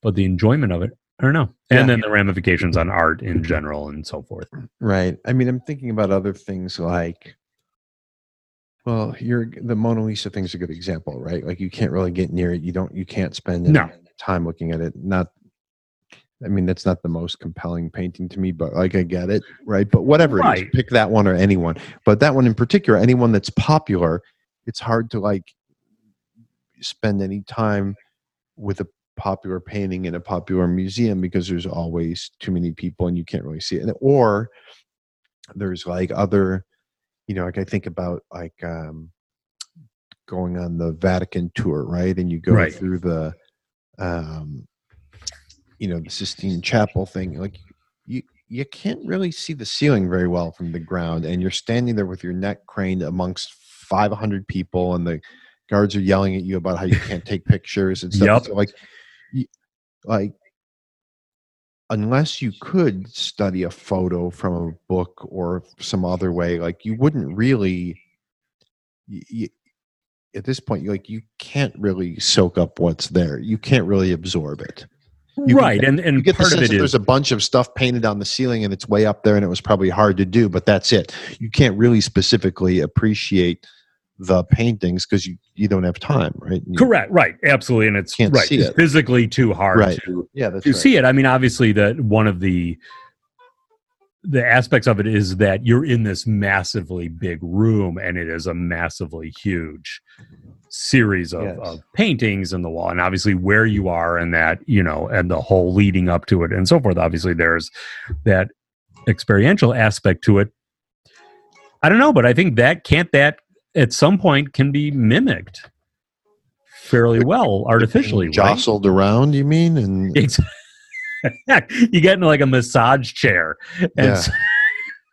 Speaker 2: but the enjoyment of it i don't know and
Speaker 3: Yeah.
Speaker 2: then the ramifications on art in general and so forth
Speaker 3: Right. I mean, I'm thinking about other things like, well, you're the Mona Lisa thing's a good example, right? Like you can't really get near it. You don't. You can't spend any
Speaker 2: No.
Speaker 3: time looking at it. Not. I mean, that's not the most compelling painting to me, but like I get it, right? But whatever it is,
Speaker 2: Right.
Speaker 3: pick that one or anyone. But that one in particular, anyone that's popular, it's hard to like spend any time with a popular painting in a popular museum because there's always too many people and you can't really see it. And, or there's like other, you know, like I think about like um, going on the Vatican tour, right? And you go
Speaker 2: Right.
Speaker 3: through the, um, you know, the Sistine Chapel thing. Like you, you can't really see the ceiling very well from the ground, and you're standing there with your neck craned amongst 500 people, and the guards are yelling at you about how you can't take pictures and stuff.
Speaker 2: Yup.
Speaker 3: So like, you, like unless you could study a photo from a book or some other way, like you wouldn't really. You, at this point you like you can't really soak up what's there. You can't really absorb it. You can-
Speaker 2: right, and and
Speaker 3: You get the
Speaker 2: part of it
Speaker 3: sense that
Speaker 2: is
Speaker 3: there's a bunch of stuff painted on the ceiling and it's way up there and it was probably hard to do, but that's it. You can't really specifically appreciate the paintings because you, you don't have time, right? You-
Speaker 2: correct, right, absolutely, and it's
Speaker 3: Can't
Speaker 2: right,
Speaker 3: see
Speaker 2: it's
Speaker 3: it.
Speaker 2: physically too hard
Speaker 3: Right.
Speaker 2: to
Speaker 3: Yeah, that's
Speaker 2: you
Speaker 3: right.
Speaker 2: see it. I mean, obviously, that one of the the aspects of it is that you're in this massively big room, and it is a massively huge series of,
Speaker 3: Yes.
Speaker 2: of paintings in the wall, and obviously where you are, and that you know, and the whole leading up to it, and so forth. Obviously, there's that experiential aspect to it. I don't know, but I think that can't that at some point can be mimicked fairly well artificially. right?
Speaker 3: jostled around, you mean? And
Speaker 2: It's you get in like a massage chair and
Speaker 3: Yeah.
Speaker 2: s-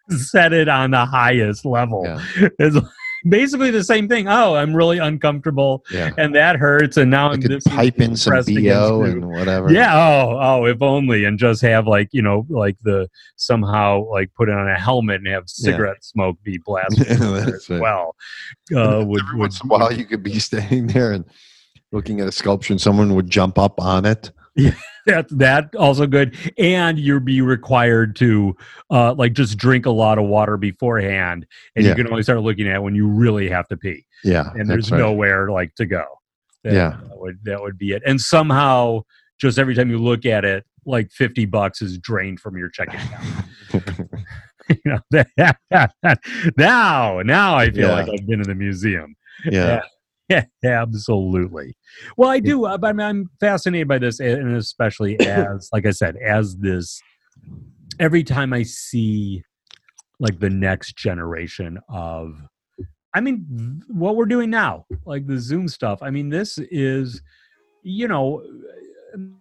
Speaker 2: set it on the highest level.
Speaker 3: Yeah.
Speaker 2: It's basically the same thing. Oh, I'm really uncomfortable
Speaker 3: yeah.
Speaker 2: and that hurts, and now
Speaker 3: I
Speaker 2: I'm
Speaker 3: could
Speaker 2: this is
Speaker 3: pipe in some
Speaker 2: pressed against
Speaker 3: BO
Speaker 2: you.
Speaker 3: and whatever.
Speaker 2: Yeah. Oh, oh, if only, and just have like you know, like the somehow like put on a helmet and have cigarette smoke be blasted
Speaker 3: Yeah,
Speaker 2: in there
Speaker 3: that's
Speaker 2: as
Speaker 3: it.
Speaker 2: well. Uh, would, would,
Speaker 3: Every once in a while, you could be standing there and looking at a sculpture, and someone would jump up on it.
Speaker 2: that that also good and you'd be required to uh like just drink a lot of water beforehand and
Speaker 3: Yeah.
Speaker 2: you can only start looking at it when you really have to pee
Speaker 3: Yeah,
Speaker 2: and
Speaker 3: that's
Speaker 2: there's
Speaker 3: right.
Speaker 2: nowhere like to go That-
Speaker 3: Yeah.
Speaker 2: that would that would be it and somehow just every time you look at it like 50 bucks is drained from your checking account you know that, now now i feel
Speaker 3: Yeah.
Speaker 2: like i've been in the museum
Speaker 3: yeah,
Speaker 2: yeah, absolutely. Well, I do. uh, I- I'm, I'm fascinated by this, and especially as, like I said, as this. Every time I see, like the next generation of, I mean, th- what we're doing now, like the Zoom stuff. I mean, this is, you know,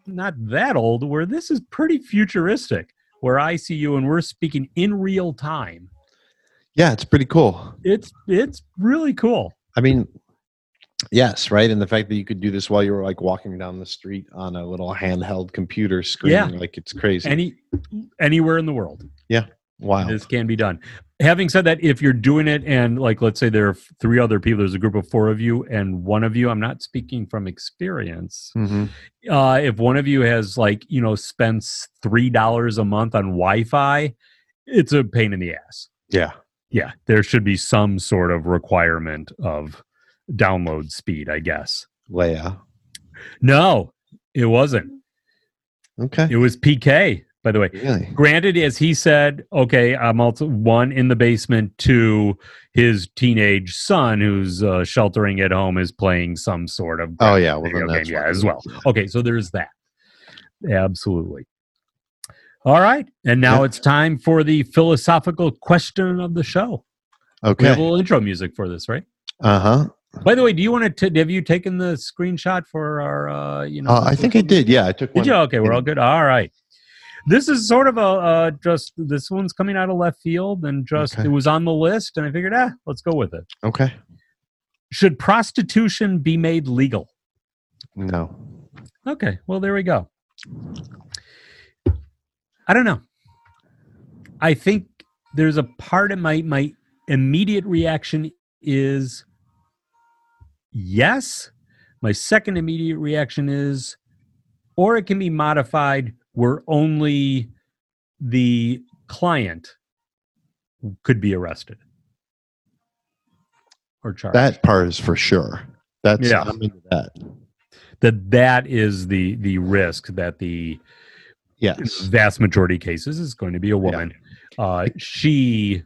Speaker 2: not that old. Where this is pretty futuristic. Where I see you and we're speaking in real time.
Speaker 3: yeah. It's pretty cool.
Speaker 2: It's it's really cool.
Speaker 3: I mean, yes, right. And the fact that you could do this while you were like walking down the street on a little handheld computer screen,
Speaker 2: Yeah.
Speaker 3: like it's crazy.
Speaker 2: Any anywhere in the world.
Speaker 3: wow.
Speaker 2: this can be done having said that if you're doing it and like let's say there are f- three other people there's a group of four of you and one of you i'm not speaking from experience
Speaker 3: hmm
Speaker 2: uh, if one of you has like you know spends three dollars a month on wi-fi it's a pain in the ass
Speaker 3: Yeah.
Speaker 2: yeah there should be some sort of requirement of download speed i guess
Speaker 3: Leia.
Speaker 2: no it wasn't
Speaker 3: Okay.
Speaker 2: it was pk by the way
Speaker 3: Really?
Speaker 2: granted as he said okay i'm also one in the basement two his teenage son who's uh, sheltering at home is playing some sort of
Speaker 3: Oh yeah. Well,
Speaker 2: video
Speaker 3: then
Speaker 2: game
Speaker 3: that's
Speaker 2: yeah,
Speaker 3: what-
Speaker 2: as well okay so there's that absolutely all right and now
Speaker 3: Yeah.
Speaker 2: it's time for the philosophical question of the show we have a
Speaker 3: Okay.
Speaker 2: little intro music for this right
Speaker 3: Uh huh.
Speaker 2: by the way do you want to have you taken the screenshot for our uh you know
Speaker 3: Uh, I think I did. Yeah, I took one.
Speaker 2: did you? Okay, we're all good. All right. This is sort of a uh, just this one's coming out of left field, and just
Speaker 3: Okay.
Speaker 2: it was on the list, and I figured, ah, let's go with it.
Speaker 3: Okay.
Speaker 2: Should prostitution be made legal?
Speaker 3: No.
Speaker 2: Okay, well there we go. I don't know. I think there's a part of my my immediate reaction is yes. My second immediate reaction is or it can be modified where only the client could be arrested or charged.
Speaker 3: That part is for sure. That's
Speaker 2: Yeah.
Speaker 3: I'm into that.
Speaker 2: that that is the the risk that the
Speaker 3: Yes.
Speaker 2: vast majority of cases is going to be a woman. Uh, she,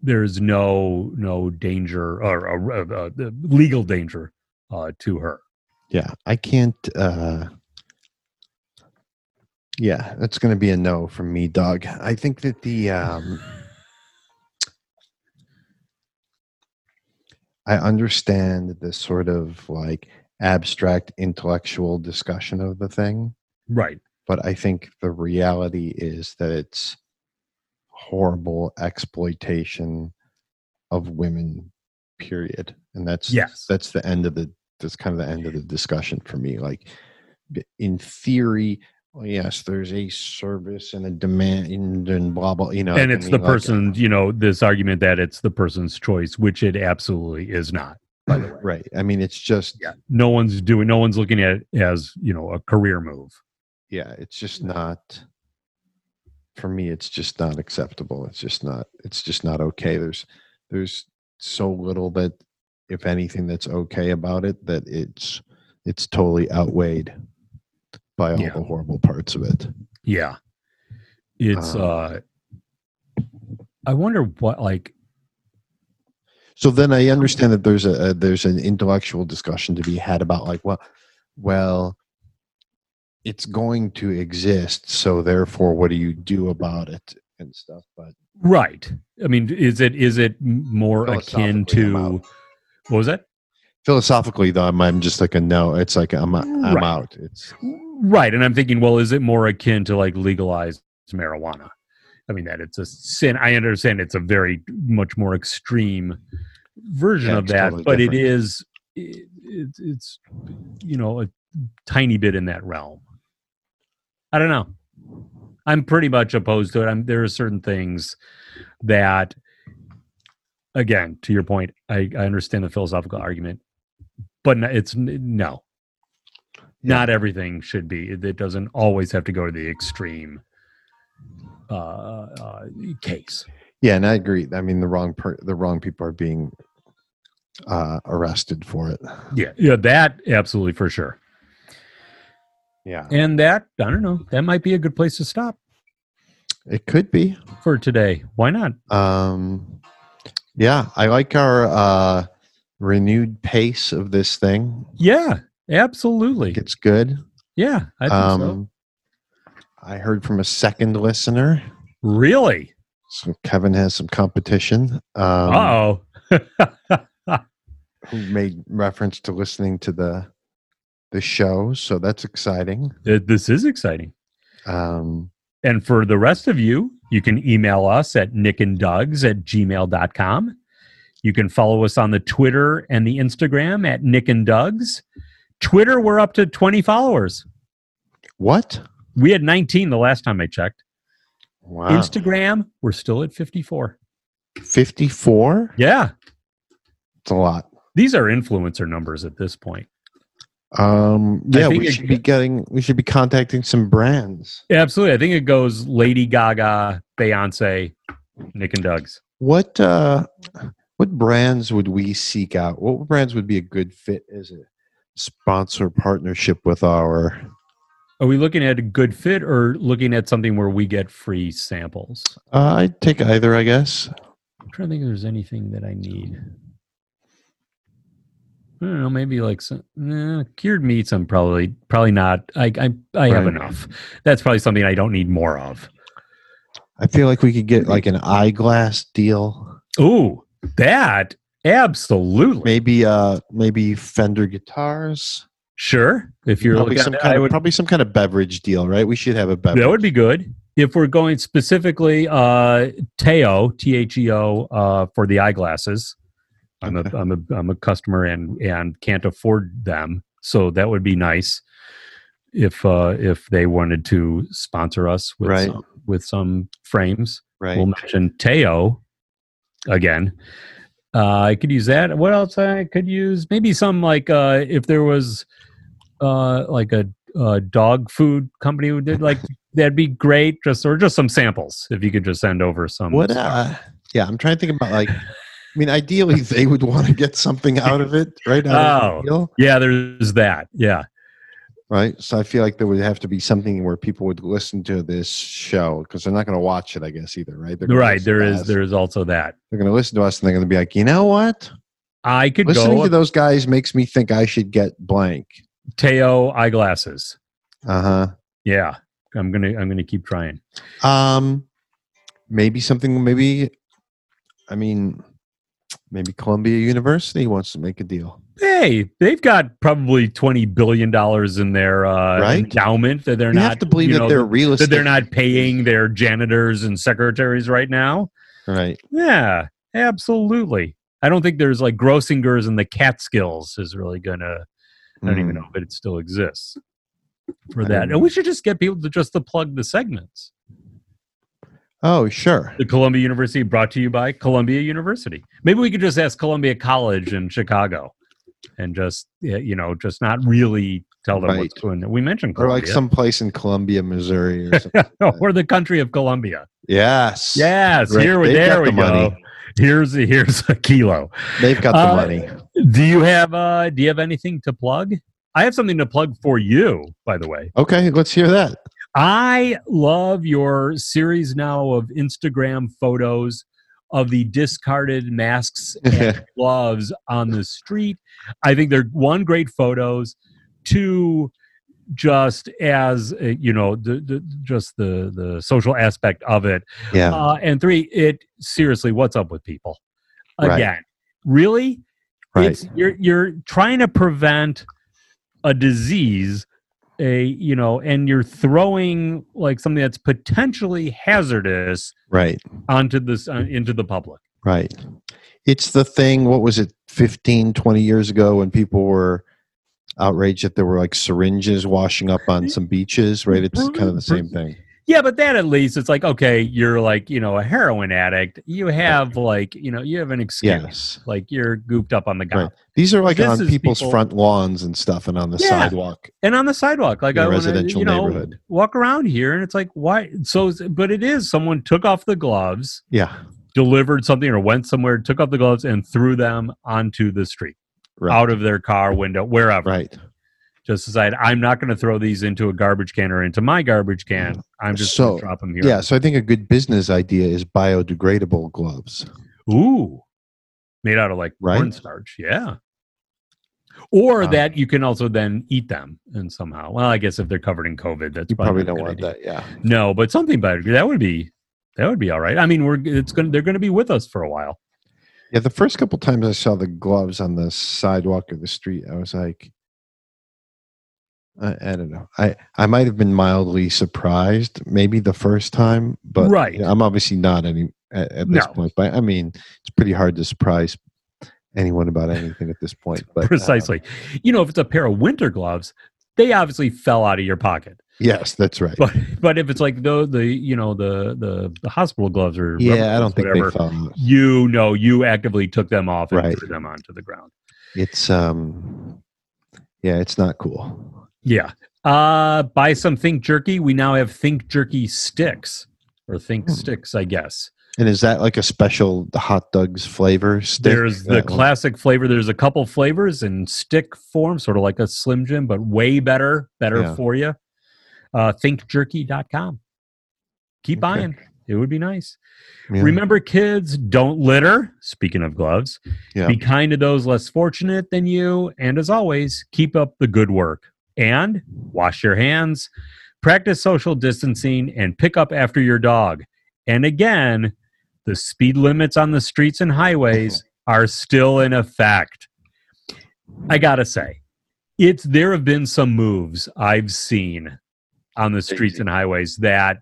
Speaker 2: there's no no danger or uh, uh, uh, legal danger uh, to her.
Speaker 3: Yeah. I can't uh Yeah, that's gonna be a no from me, Doug. I think that the um I understand the sort of like abstract intellectual discussion of the thing.
Speaker 2: Right.
Speaker 3: but I think the reality is that it's horrible exploitation of women period and that's
Speaker 2: Yes.
Speaker 3: that's the end of the that's kind of the end of the discussion for me like b- in theory well, yes there's a service and a demand and blah blah you know
Speaker 2: and
Speaker 3: I
Speaker 2: it's
Speaker 3: mean,
Speaker 2: the
Speaker 3: like, uh,
Speaker 2: person, you know, this argument that it's the person's choice, which it absolutely is not. by the way.
Speaker 3: Right. I mean, it's just
Speaker 2: Yeah. No one's doing no one's looking at it as, you know, a career move.
Speaker 3: yeah, it's just not for me it's just not acceptable. It's just not it's just not okay. There's there's so little that if anything that's okay about it that it's it's totally outweighed by all
Speaker 2: Yeah.
Speaker 3: the horrible parts of it.
Speaker 2: Yeah. It's
Speaker 3: Um,
Speaker 2: uh I wonder what like
Speaker 3: So then I understand that there's a, a there's an intellectual discussion to be had about like well well it's going to exist so therefore what do you do about it and stuff but
Speaker 2: right. I mean, is it is it m- more akin
Speaker 3: Philosophically,
Speaker 2: to
Speaker 3: I'm out.
Speaker 2: what was that?
Speaker 3: philosophically though I'm, I'm just like a no it's like i'm i'm
Speaker 2: Right.
Speaker 3: out it's
Speaker 2: Right. And I'm thinking, well, is it more akin to like legalized marijuana? I mean, that it's a sin. I understand it's a very much more extreme version
Speaker 3: Yeah,
Speaker 2: of
Speaker 3: it's
Speaker 2: that,
Speaker 3: totally
Speaker 2: but it
Speaker 3: different.
Speaker 2: is, it, it, it's, you know, a tiny bit in that realm. I don't know. I'm pretty much opposed to it. I'm, there are certain things that, again, to your point, I, I understand the philosophical argument, but no- it's n- no not everything should be it it doesn't always have to go to the extreme uh, uh case
Speaker 3: yeah and i agree i mean the wrong per- the wrong people are being uh arrested for it
Speaker 2: yeah yeah that absolutely for sure
Speaker 3: yeah
Speaker 2: and that i don't know that might be a good place to stop
Speaker 3: it could be
Speaker 2: for today why not
Speaker 3: um yeah i like our uh renewed pace of this thing
Speaker 2: yeah absolutely
Speaker 3: it's good
Speaker 2: yeah i think so
Speaker 3: um i heard from a second listener
Speaker 2: really
Speaker 3: so kevin has some competition um
Speaker 2: uh-oh
Speaker 3: who made reference to listening to the the show so that's exciting
Speaker 2: Th- this is exciting
Speaker 3: um
Speaker 2: And for the rest of you, you can email us at nickanddugs at gmail.com. You can follow us on the Twitter and the Instagram at Nick and Dugs. Twitter, we're up to 20 followers.
Speaker 3: what
Speaker 2: We had 19 the last time I checked.
Speaker 3: wow
Speaker 2: Instagram, we're still at 54.
Speaker 3: 54
Speaker 2: Yeah.
Speaker 3: it's a lot
Speaker 2: These are influencer numbers at this point.
Speaker 3: um
Speaker 2: I
Speaker 3: yeah
Speaker 2: think
Speaker 3: we
Speaker 2: it-
Speaker 3: should be getting we should be contacting some brands
Speaker 2: Absolutely. I think it goes Lady Gaga, Beyonce, Nick and Dugs.
Speaker 3: what uh what brands would we seek out what brands would be a good fit as a sponsor partnership with our
Speaker 2: Are we looking at a good fit or looking at something where we get free samples?
Speaker 3: uh, i'd take either i guess
Speaker 2: I'm trying to think if there's anything that I need. I don't know. Maybe like some eh, cured meats. I'm probably probably not. I I, I have
Speaker 3: Right.
Speaker 2: enough. That's probably something I don't need more of.
Speaker 3: i feel like we could get like an eyeglass deal
Speaker 2: Ooh, that absolutely
Speaker 3: maybe uh maybe fender guitars
Speaker 2: sure. If you're
Speaker 3: probably
Speaker 2: looking,
Speaker 3: some
Speaker 2: at,
Speaker 3: kind
Speaker 2: I
Speaker 3: of
Speaker 2: would,
Speaker 3: probably some kind of beverage deal, right? We should have a beverage.
Speaker 2: that would be good. If we're going specifically, uh, Teo T H E O uh, for the eyeglasses. I'm a
Speaker 3: Okay.
Speaker 2: I'm a I'm a customer and and can't afford them. So that would be nice if uh if they wanted to sponsor us with
Speaker 3: Right.
Speaker 2: some, with some frames.
Speaker 3: right.
Speaker 2: We'll mention Teo again. Uh, I could use that. What else I could use? Maybe some like uh if there was uh like a uh, dog food company who did like that'd be great just or just some samples if you could just send over some
Speaker 3: what? Uh, yeah, I'm trying to think about like. I mean, ideally, they would want to get something out of it, right? Out of the
Speaker 2: Oh.
Speaker 3: deal,
Speaker 2: yeah there's that yeah
Speaker 3: right. So I feel like there would have to be something where people would listen to this show because they're not going to watch it, I guess, either, right? They're gonna
Speaker 2: right
Speaker 3: listen
Speaker 2: there
Speaker 3: to
Speaker 2: is
Speaker 3: us.
Speaker 2: there is also that
Speaker 3: They're going to listen to us, and they're going to be like, you know what?
Speaker 2: i could
Speaker 3: Listening
Speaker 2: go
Speaker 3: to those guys makes me think I should get blank.
Speaker 2: teo eyeglasses
Speaker 3: Uh
Speaker 2: yeah i'm gonna i'm gonna keep trying
Speaker 3: huh. Um, maybe something. Maybe, I mean, maybe Columbia University wants to make a deal.
Speaker 2: hey they've got probably 20 billion dollars in their uh
Speaker 3: Right.
Speaker 2: endowment that they're
Speaker 3: you
Speaker 2: not
Speaker 3: have to believe
Speaker 2: you
Speaker 3: that
Speaker 2: know,
Speaker 3: they're real estate.
Speaker 2: that they're not paying their janitors and secretaries right now
Speaker 3: right.
Speaker 2: yeah absolutely i don't think there's like grossinger's and the catskills is really gonna I don't even
Speaker 3: Mm.
Speaker 2: know if it still exists for
Speaker 3: I
Speaker 2: that.
Speaker 3: don't
Speaker 2: And we should just get people to just to plug the segments.
Speaker 3: Oh, sure.
Speaker 2: The Columbia University brought to you by Columbia University. Maybe we could just ask Columbia College in Chicago and just, yeah, you know, just not really tell them
Speaker 3: Right.
Speaker 2: what's going on. We mentioned
Speaker 3: Or
Speaker 2: Columbia. Oh,
Speaker 3: like someplace in Columbia, Missouri or something. like
Speaker 2: or the country of Columbia.
Speaker 3: yes.
Speaker 2: Yes,
Speaker 3: Right.
Speaker 2: here we
Speaker 3: They've
Speaker 2: there
Speaker 3: got
Speaker 2: we
Speaker 3: the
Speaker 2: go.
Speaker 3: money.
Speaker 2: Here's here's a kilo.
Speaker 3: They've got the
Speaker 2: Uh,
Speaker 3: money.
Speaker 2: Do you have uh do you have anything to plug? I have something to plug for you, by the way.
Speaker 3: Okay, let's hear that.
Speaker 2: I love your series now of Instagram photos of the discarded masks and gloves on the street. I think they're one great photos, two just as uh, you know the, the just the the social aspect of it
Speaker 3: yeah.
Speaker 2: uh, and three it seriously what's up with people
Speaker 3: Right.
Speaker 2: again really
Speaker 3: right.
Speaker 2: it's you're you're trying to prevent a disease a you know and you're throwing like something that's potentially hazardous
Speaker 3: Right.
Speaker 2: onto this uh, into the public
Speaker 3: Right. It's the thing, what was it, 15, 20 years ago when people were outraged that there were like syringes washing up on some beaches, right? It's kind of the same
Speaker 2: Mm-hmm.
Speaker 3: thing.
Speaker 2: yeah but that at least it's like okay you're like you know a heroin addict you have like you know you have an excuse
Speaker 3: Yes.
Speaker 2: like you're gooped up on the guy
Speaker 3: Right. These are like
Speaker 2: This
Speaker 3: on
Speaker 2: is
Speaker 3: people's
Speaker 2: people-
Speaker 3: front lawns and stuff and on the
Speaker 2: Yeah.
Speaker 3: sidewalk.
Speaker 2: and on the sidewalk like
Speaker 3: In a
Speaker 2: i wanna,
Speaker 3: residential
Speaker 2: you know,
Speaker 3: neighborhood.
Speaker 2: walk around here and it's like why so but it is someone took off the gloves
Speaker 3: Yeah.
Speaker 2: delivered something or went somewhere, took off the gloves and threw them onto the street,
Speaker 3: Right.
Speaker 2: out of their car window, wherever.
Speaker 3: Right.
Speaker 2: Just decide I'm not going to throw these into a garbage can or into my garbage can. I'm just going
Speaker 3: Mm. So,
Speaker 2: to drop them here.
Speaker 3: Yeah. So I think a good business idea is biodegradable gloves.
Speaker 2: Ooh, made out of like
Speaker 3: Right.
Speaker 2: cornstarch. Yeah. Or
Speaker 3: Wow.
Speaker 2: that you can also then eat them and somehow. Well, I guess if they're covered in COVID, that's
Speaker 3: You
Speaker 2: not
Speaker 3: probably
Speaker 2: a
Speaker 3: don't
Speaker 2: good idea.
Speaker 3: want that. Yeah.
Speaker 2: No, but something better. That would be that would be all right. I mean, we're it's going to they're going to be with us for a while.
Speaker 3: Yeah. The first couple times I saw the gloves on the sidewalk or the street, I was like, I, I don't know. I, I might have been mildly surprised, maybe the first time, but
Speaker 2: Right.
Speaker 3: you know, I'm obviously not any at, at this
Speaker 2: No.
Speaker 3: point. But I mean, it's pretty hard to surprise anyone about anything at this point. But uh,
Speaker 2: Precisely. you know, if it's a pair of winter gloves, they obviously fell out of your pocket.
Speaker 3: yes, that's right.
Speaker 2: But but if it's like the the you know the the, the hospital gloves or rubber
Speaker 3: yeah, I don't
Speaker 2: gloves,
Speaker 3: think
Speaker 2: whatever,
Speaker 3: they fell. out.
Speaker 2: you know you actively took them off and
Speaker 3: Right.
Speaker 2: threw them onto the ground.
Speaker 3: It's um, yeah, it's not cool.
Speaker 2: Yeah. Uh buy some think jerky. We now have think jerky sticks or think
Speaker 3: Hmm.
Speaker 2: sticks, I guess.
Speaker 3: And is that like a special hot dogs flavor? Stick?
Speaker 2: There's the
Speaker 3: That one?
Speaker 2: classic flavor. There's a couple flavors in stick form, sort of like a Slim Jim, but way better, better
Speaker 3: Yeah.
Speaker 2: for you. Uh, thinkjerky.com. Keep
Speaker 3: Okay.
Speaker 2: buying. It would be nice.
Speaker 3: Yeah.
Speaker 2: Remember, kids, don't litter. Speaking of gloves,
Speaker 3: Yeah.
Speaker 2: be kind to those less fortunate than you. And as always, keep up the good work and wash your hands, practice social distancing, and pick up after your dog. And again, the speed limits on the streets and highways are still in effect. I gotta say, it's there have been some moves I've seen on the streets
Speaker 3: Crazy.
Speaker 2: and highways that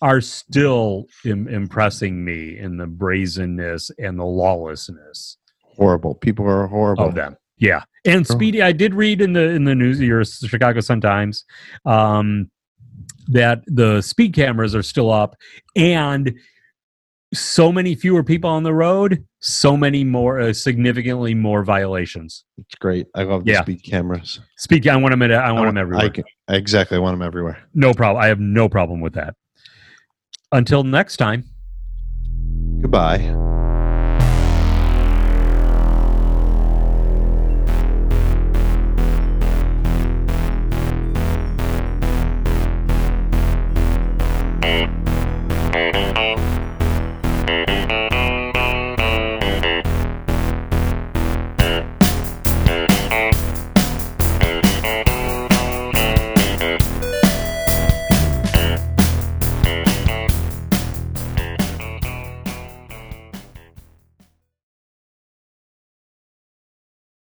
Speaker 2: are still Im- impressing me in the brazenness and the lawlessness
Speaker 3: horrible. People are horrible.
Speaker 2: of them. Yeah, and
Speaker 3: Sure.
Speaker 2: Speedy, I did read in the in the news, your Chicago Sun Times, um, that the speed cameras are still up, and so many fewer people on the road, so many more, uh, significantly more violations.
Speaker 3: It's great. I love the
Speaker 2: Yeah.
Speaker 3: speed cameras.
Speaker 2: Speed, I want them. At, I want them everywhere.
Speaker 3: I can, exactly. I want them everywhere.
Speaker 2: no problem. I have no problem with that. Until next time.
Speaker 3: Goodbye.